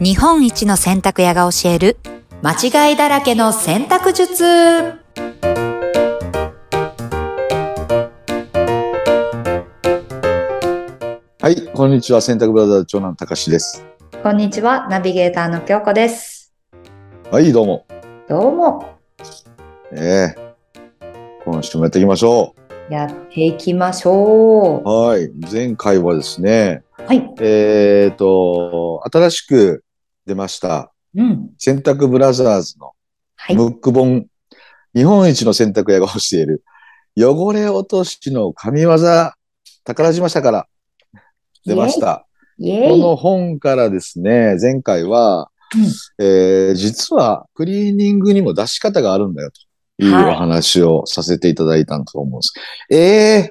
日本一の洗濯屋が教える間違いだらけの洗濯術はい、こんにちは。洗濯ブラザーズ長男たかしです。こんにちはナビゲーターの京子ですはい、どうも。どうもええ今週もやっていきましょやっていきましょう。はい、前回はですね、うはいえっ、と、新しく出ました、うん洗濯ブラザーズのはいムック本、日本一の洗濯屋が教える、汚れ落としの神業、宝島社から出ました。イエこイの本からですね、前回は、えー実はクリーニングにも出し方があるんだよというはいお話をさせていただいたんだと思うんです。えー、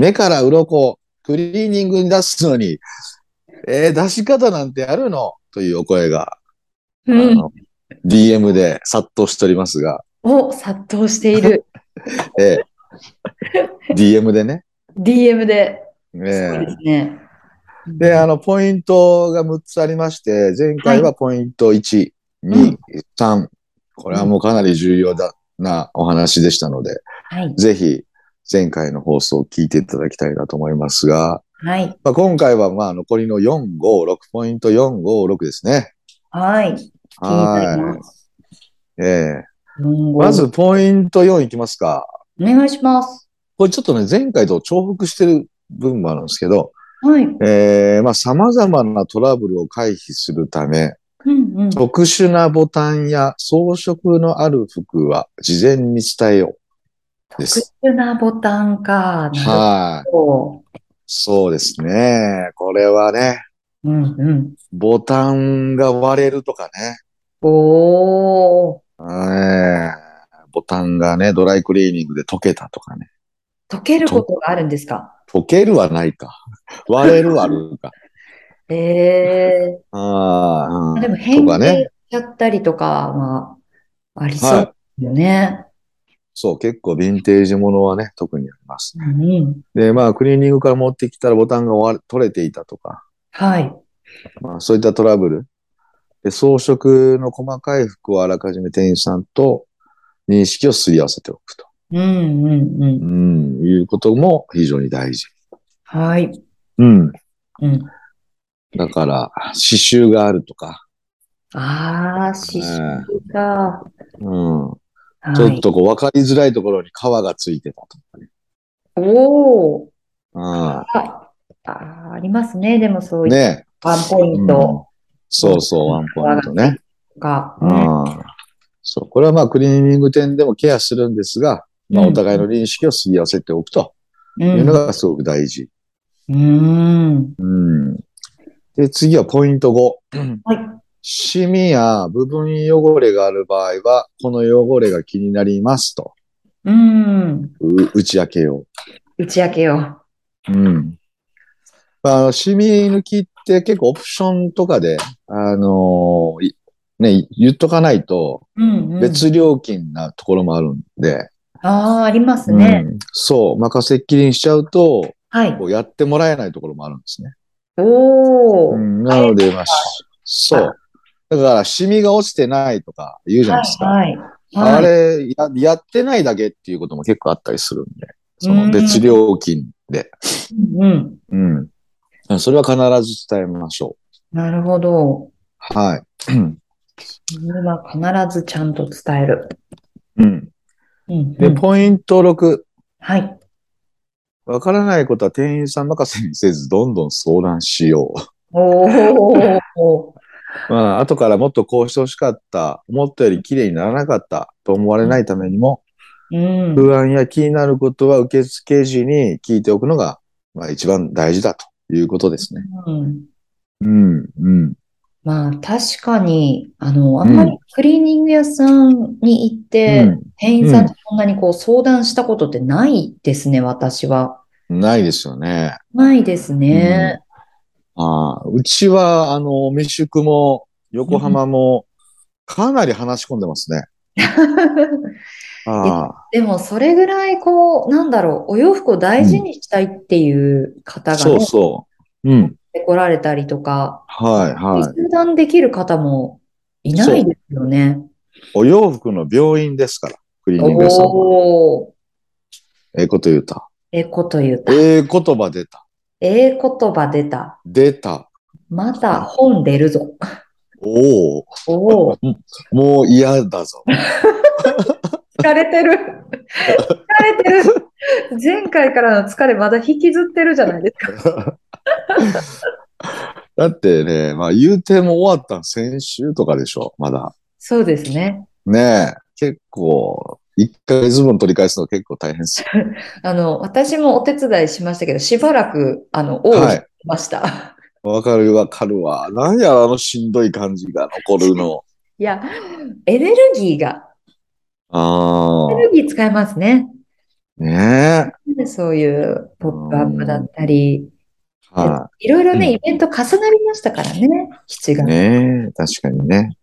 目から鱗クリーニングに出すのに、えー出し方なんてあるのというお声が、うあんの DM で殺到しておりますが、お殺到している えー DM でね。 DM で、えそうでーすねで、あの、ポイントが6つありまして、前回はポイント1、2、3。これはもうかなり重要だなお話でしたので、はいぜひ前回の放送を聞いていただきたいなと思いますが、はいまあ、今回はまあ残りの4、5、6、ポイント4、5、6ですね。はい気になりはますい。ええうんまずポイント4いきますか。お願いしますこれちょっとね、前回と重複してる部分もあるんですけど、はいええまあ様々なトラブルを回避するため、うんうん特殊なボタンや装飾のある服は事前に伝えよう。特です。殊なボタンか。なるはい。ほど。そうですね。これはね、うんうん。ボタンが割れるとかね。おー。えーボタンがね、ドライクリーニングで溶けたとかね。溶けることがあるんですか溶けるはない か。割れるはあるか。えあー。あ、でうんも変とか形ねしちゃったりとかはありそうはですよね。そう、結構ヴィンテージものはね、特にあります。うんうん。で、まあ、クリーニングから持ってきたらボタンが割れ取れていたとか。はい。まあ、そういったトラブル。で装飾の細かい服をあらかじめ店員さんと認識をすり合わせておくと。うんうんう。うんん、いうことも非常に大事。はい。うん。うん。だから、刺繍があるとか、あー、刺繍か。うん。はちょっい。とこう、わかりづらいところに皮がついてたとかね。おー。う。はい。あーありますね。でもそうんいうねワンポイえ、ンうんト。そうそう、ワンポイントね。とか。ううんん。そう。これはまあ、クリーニング店でもケアするんですが、まあ、うんお互いの認識をすり合わせておくとういうのん。がすごく大事。うん。うん。で、次はポイント5。はい。シミや部分汚れがある場合は、この汚れが気になりますと、うん。う打ち明けよ打ち明けよう。うん。あの、シミ抜きって結構オプションとかで、あのいね、言っとかないと、う。うん、うん。別料金なところもあるんで、ああ、ありますうんね。そう、任せっきりにしちゃうと、はいこ。うやってもらえないところもあるんですね。おうー。ん、なので、まあ、しそう。だから、シミが落ちてないとか言うじゃないですか。はい。はい。あれや、やってないだけっていうことも結構あったりするんで、その別料金で。うんうん。うん。それは必ず伝えましょなるほど。う。はい。今必ずちゃんと伝える。うん。うん、うで、ん。ポイント6。はい。わからないことは店員さん任せにせず、どんどん相談しよう。おお。まあ、後からもっとこうしてほしかった、思ったより綺麗にならなかったと思われないためにも、 うん。不安や気になることは受付時に聞いておくのが、まあ一番大事だということですね。うんうん、うん。まあ、確かに、あの、あんまりクリーニング屋さんに行っうてん、店員さんとそんなにこう相談したことってないですね、私は。ないですよね。ないですね。ああ、うちは、あの、未宿も、横浜も、かなり話し込んでますね。あでも、それぐらい、こう、なんだろう、お洋服を大事にしたいっていうあ、方がそうね、そう。うん。てこられたりとか、はい、は相談できる方もいないですよね。い。お洋服の病院ですから、クリーニング屋さんは。おー、ええこと言うた。ええこと言うた。ええ言葉出た。ええ言葉出た。出た。また本出るぞ。おお、おお、もう嫌だぞ。疲れてる。疲れてる。前回からの疲れまだ引きずってるじゃないですか。だってね、まあ言うても終わったん先週とかでしょ、まだ。そうですね。ねえ、結構、1ヶ月分取り返すの結構大変ですよ。あの、私もお手伝いしましたけど、しばらく、あの、応募はしい。ました。わかるわかるわ。なんや、あのしんどい感じが残るの。いや、エネルギーが、あエネルギー使えますね。あ、ねえ。そういうポップアップだったり、はいろいろね、うんイベント重なりましたからね、7い。月。ねえ、確かにね。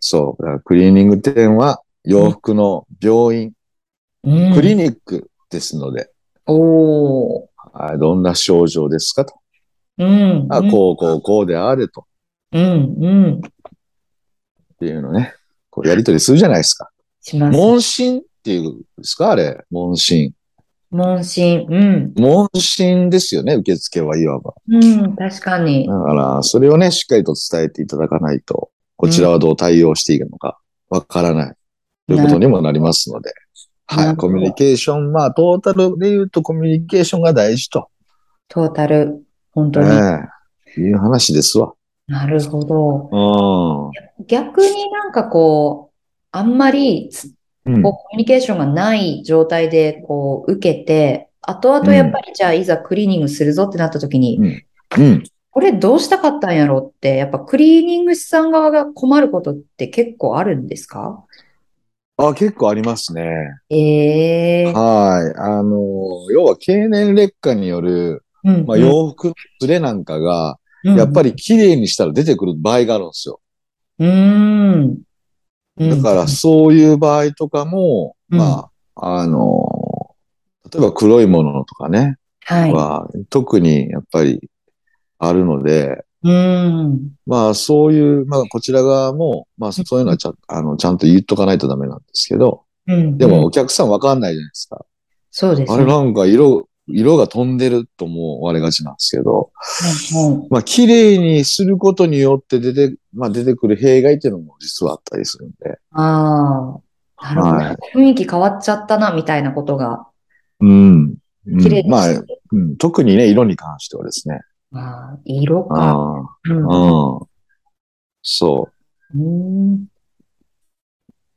そう。だからクリーニング店は洋服の病院、うんクリニックですので、おー。はいどんな症状ですかと。うん、あ、こう、こう、こうであれと。うん、うん、うん。っていうのね。こうやりとりするじゃないですか。します。問診っていうんですかあれ。問診。問診。うん。問診ですよね。受付はいわば。うん、確かにだ。から、それをね、しっかりと伝えていただかないと、こちらはどう対応していいのかわからないということにもなりますので。なるはい。ほどコミュニケーション、まあ、トータルで言うとコミュニケーションが大事と。トータル。本当えに。えいう話ですわ。なるほど。うん。逆になんかこう、あんまりつうんこうコミュニケーションがない状態でこう受けて、後々やっぱりじゃあいざクリーニングするぞってなった時に、うん。これどうしたかったんやろうって、やっぱクリーニング師さん側が困ることって結構あるんですかあ、結構ありますね。ええはい。あの、要は経年劣化による、うんまあ、洋服のズレなんかが、やっぱり綺麗にしたら出てくる場合があるんですよ。うん。うん。だから、そういう場合とかも、うんまあ、あの、例えば黒いものとかね、はい。は、特にやっぱりあるので、うん。まあ、そういう、まあ、こちら側も、まあ、そういうのはちゃん、あの、ちゃんと言っとかないとダメなんですけど、うん。でも、お客さんわかんないじゃないですか。そうですあね。れなんか色、色が飛んでると思われがちなんですけど、はいはいまあ、綺麗にすることによって出て、まあ、出てくる弊害っていうのも実はあったりするんで。ああ、なるほど。はい雰囲気変わっちゃったな、みたいなことが。うん。綺麗うん、まあ、うん、特にね、色に関してはですね。ああ、色か。あうん。あ、うん。そうん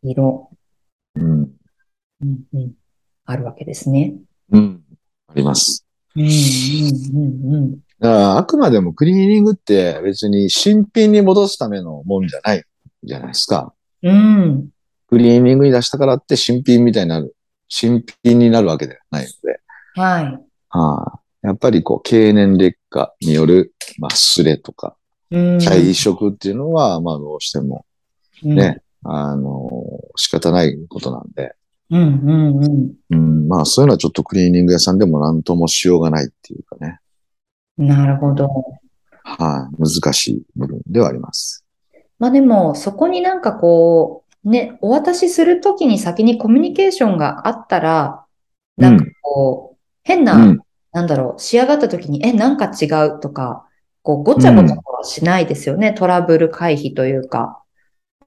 色、う。うん。うんうん。あるわけですね。うん。あります。うん、うん、うん、うん。だからあくまでもクリーニングって別に新品に戻すためのもんじゃないじゃないですか。うん、クリーニングに出したからって新品みたいになる、新品になるわけではないので。ははいやっぱりこう、経年劣化による、まあ、すれとか、い。うん、体移植っていうのは、まあ、どうしても、うんね、あの仕方ないことなんで、うん、うん、うん。うん、まあ、そういうのはちょっとクリーニング屋さんでも何ともしようがないっていうかね、なるほど。はい、難しい部分ではあります。まあでも、そこになんかこう、ね、お渡しするときに先にコミュニケーションがあったら、なんかこう、変うな、ん、なんだろう、仕上がった時に、え、なんか違うとか、こう、ごちゃごちゃはしないですよね。トラブル回避というか。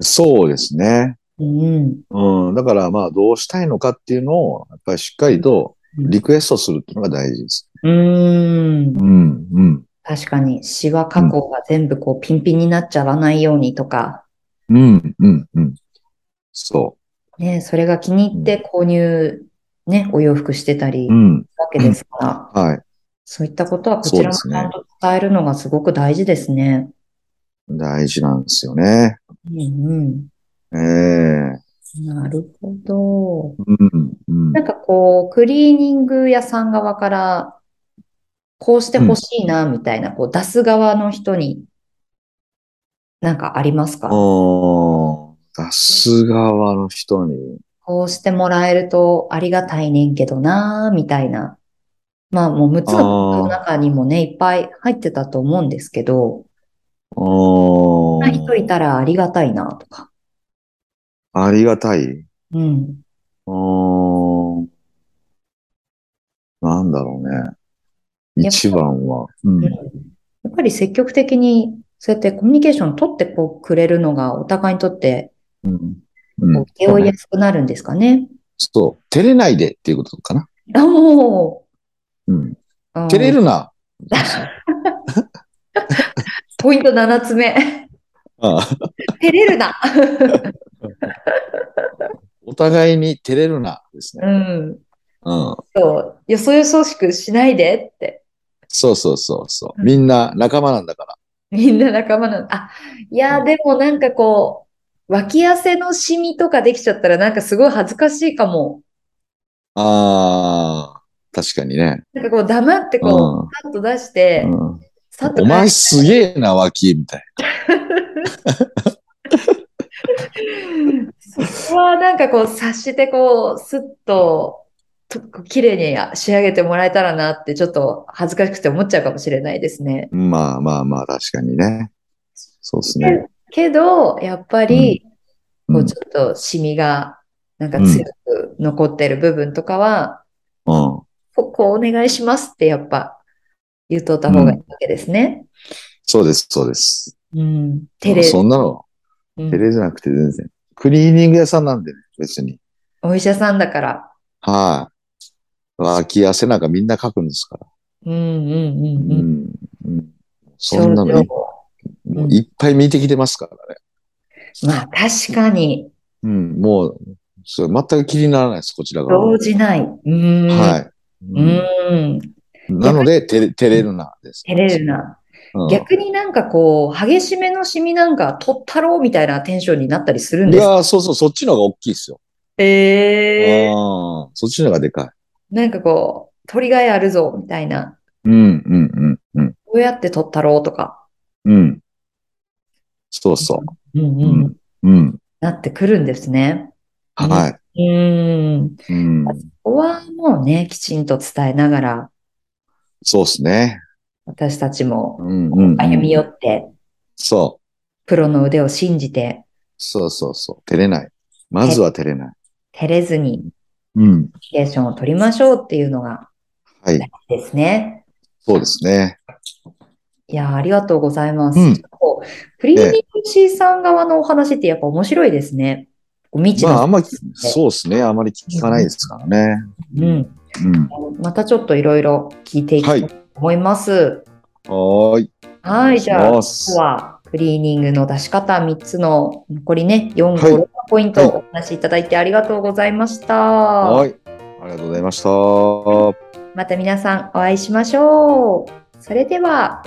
そうですね。うん。うん、だから、まあ、どうしたいのかっていうのを、やっぱりしっかりとリクエストするっていうのが大事です。うーん。うん、うん、確かに、シワ加工が全部こう、ピンピンになっちゃわないようにとか、うん、うん、うん。そね、それが気に入って購入、ね、お洋服してたり、う。うん、わけですから、はい。そういったことはこちらもそちうですねゃんと伝えるのがすごく大事ですね。大事なんですよね。うんええうん。なるほど。うん、うんなんかこう、クリーニング屋さん側から、こうしてほしいな、みたいな、こう、出す側の人に、なんかありますかおー出す側の人に。こうしてもらえるとありがたいねんけどな、みたいな。まあもう6つの項目の中にもね、いっぱい入ってたと思うんですけど、おまあ人いたらありがたいなとか。ありがたい。うん。うん。なんだろうね。やっぱ一番は。うん。やっぱり積極的にそうやってコミュニケーション取ってこうくれるのがお互いにとってうん。こううん受け負いやすくなるんですかね。そう。照れないでっていうことかな。おーうん。うん照れるな。 ポイント7つ 目。ああ照れるな。お互いに照れるなですね。うん。うん。そう。よそよそしくしないでって。そうそうそうそう。うんみんな仲間なんだから。みんな仲間なの。あ、いやー、でもなんかこう、脇汗のシミとかできちゃったらなんかすごい恥ずかしいかも。ああ、確かにね。なんかこう黙ってうこう、ん。さっと出して、うんさっとお前すげえな、脇、みたいそこはなんかこう察してこう、スッと、と綺麗に仕上げてもらえたらなってちょっと恥ずかしくて思っちゃうかもしれないですね。な。まあまあまあ、確かにね。そうですね。けど、やっぱり、うんこううんちょっとシミがなんか強く残ってる部分とかは、うん。ここうお願いしますってやっぱ言っとった方がいいわけですね。そうです、そうです。うん。照れ、そんなの、うん照れじゃなくて全然。クリーニング屋さんなんでね、別に。お医者さんだから。はい。脇汗なんかみんな書くんですから。うんうんうんううん。ん。うん、そんなの症い、状もういっぱい見てきてますからね。まあ確かに、うん、もう、それ全く気にならないです、こちら側は。動じない。うん。はい。ううんん。なので、照れ照れるなです。照れるな。うん。逆になんかこう、激しめのシミなんか取ったろうみたいなテンションになったりするんいですやーそうそう、そっちの方が大きいですよ。ええあーそっちの方がでかい。なんかこう、鳥がやるぞみたいな。うん、うん、うん、うん、こうやって取ったろうとか。うん。そうそうんう。うん、うん。なってくるんですね。はうん。い。うん。ここはもうね、きちんと伝えながら、そうですね。私たちもうん、うん。歩み寄って、そう。プロの腕を信じて、そうそうそう。照れない。まずは照れない。照れずにうコん。ミュニケーションを取りましょうっていうのがはい。ですね。そうですね。いやー、ありがとうございます。うんこうクリーニング師さん側のお話ってやっぱ面白いですね。こう未知まあ、あの、んまり、そうですね。あまり聞かないですからね。うん、うん。またちょっといろいろ聞いていきたいと思います。はーい。はい、じゃあ、お願今日いしますはクリーニングの出し方3つの残りね、4、はい5、6ポインはいトお話しいただいてありがとうございました。はい。ありがとうございました。また皆さんお会いしましょう。それでは。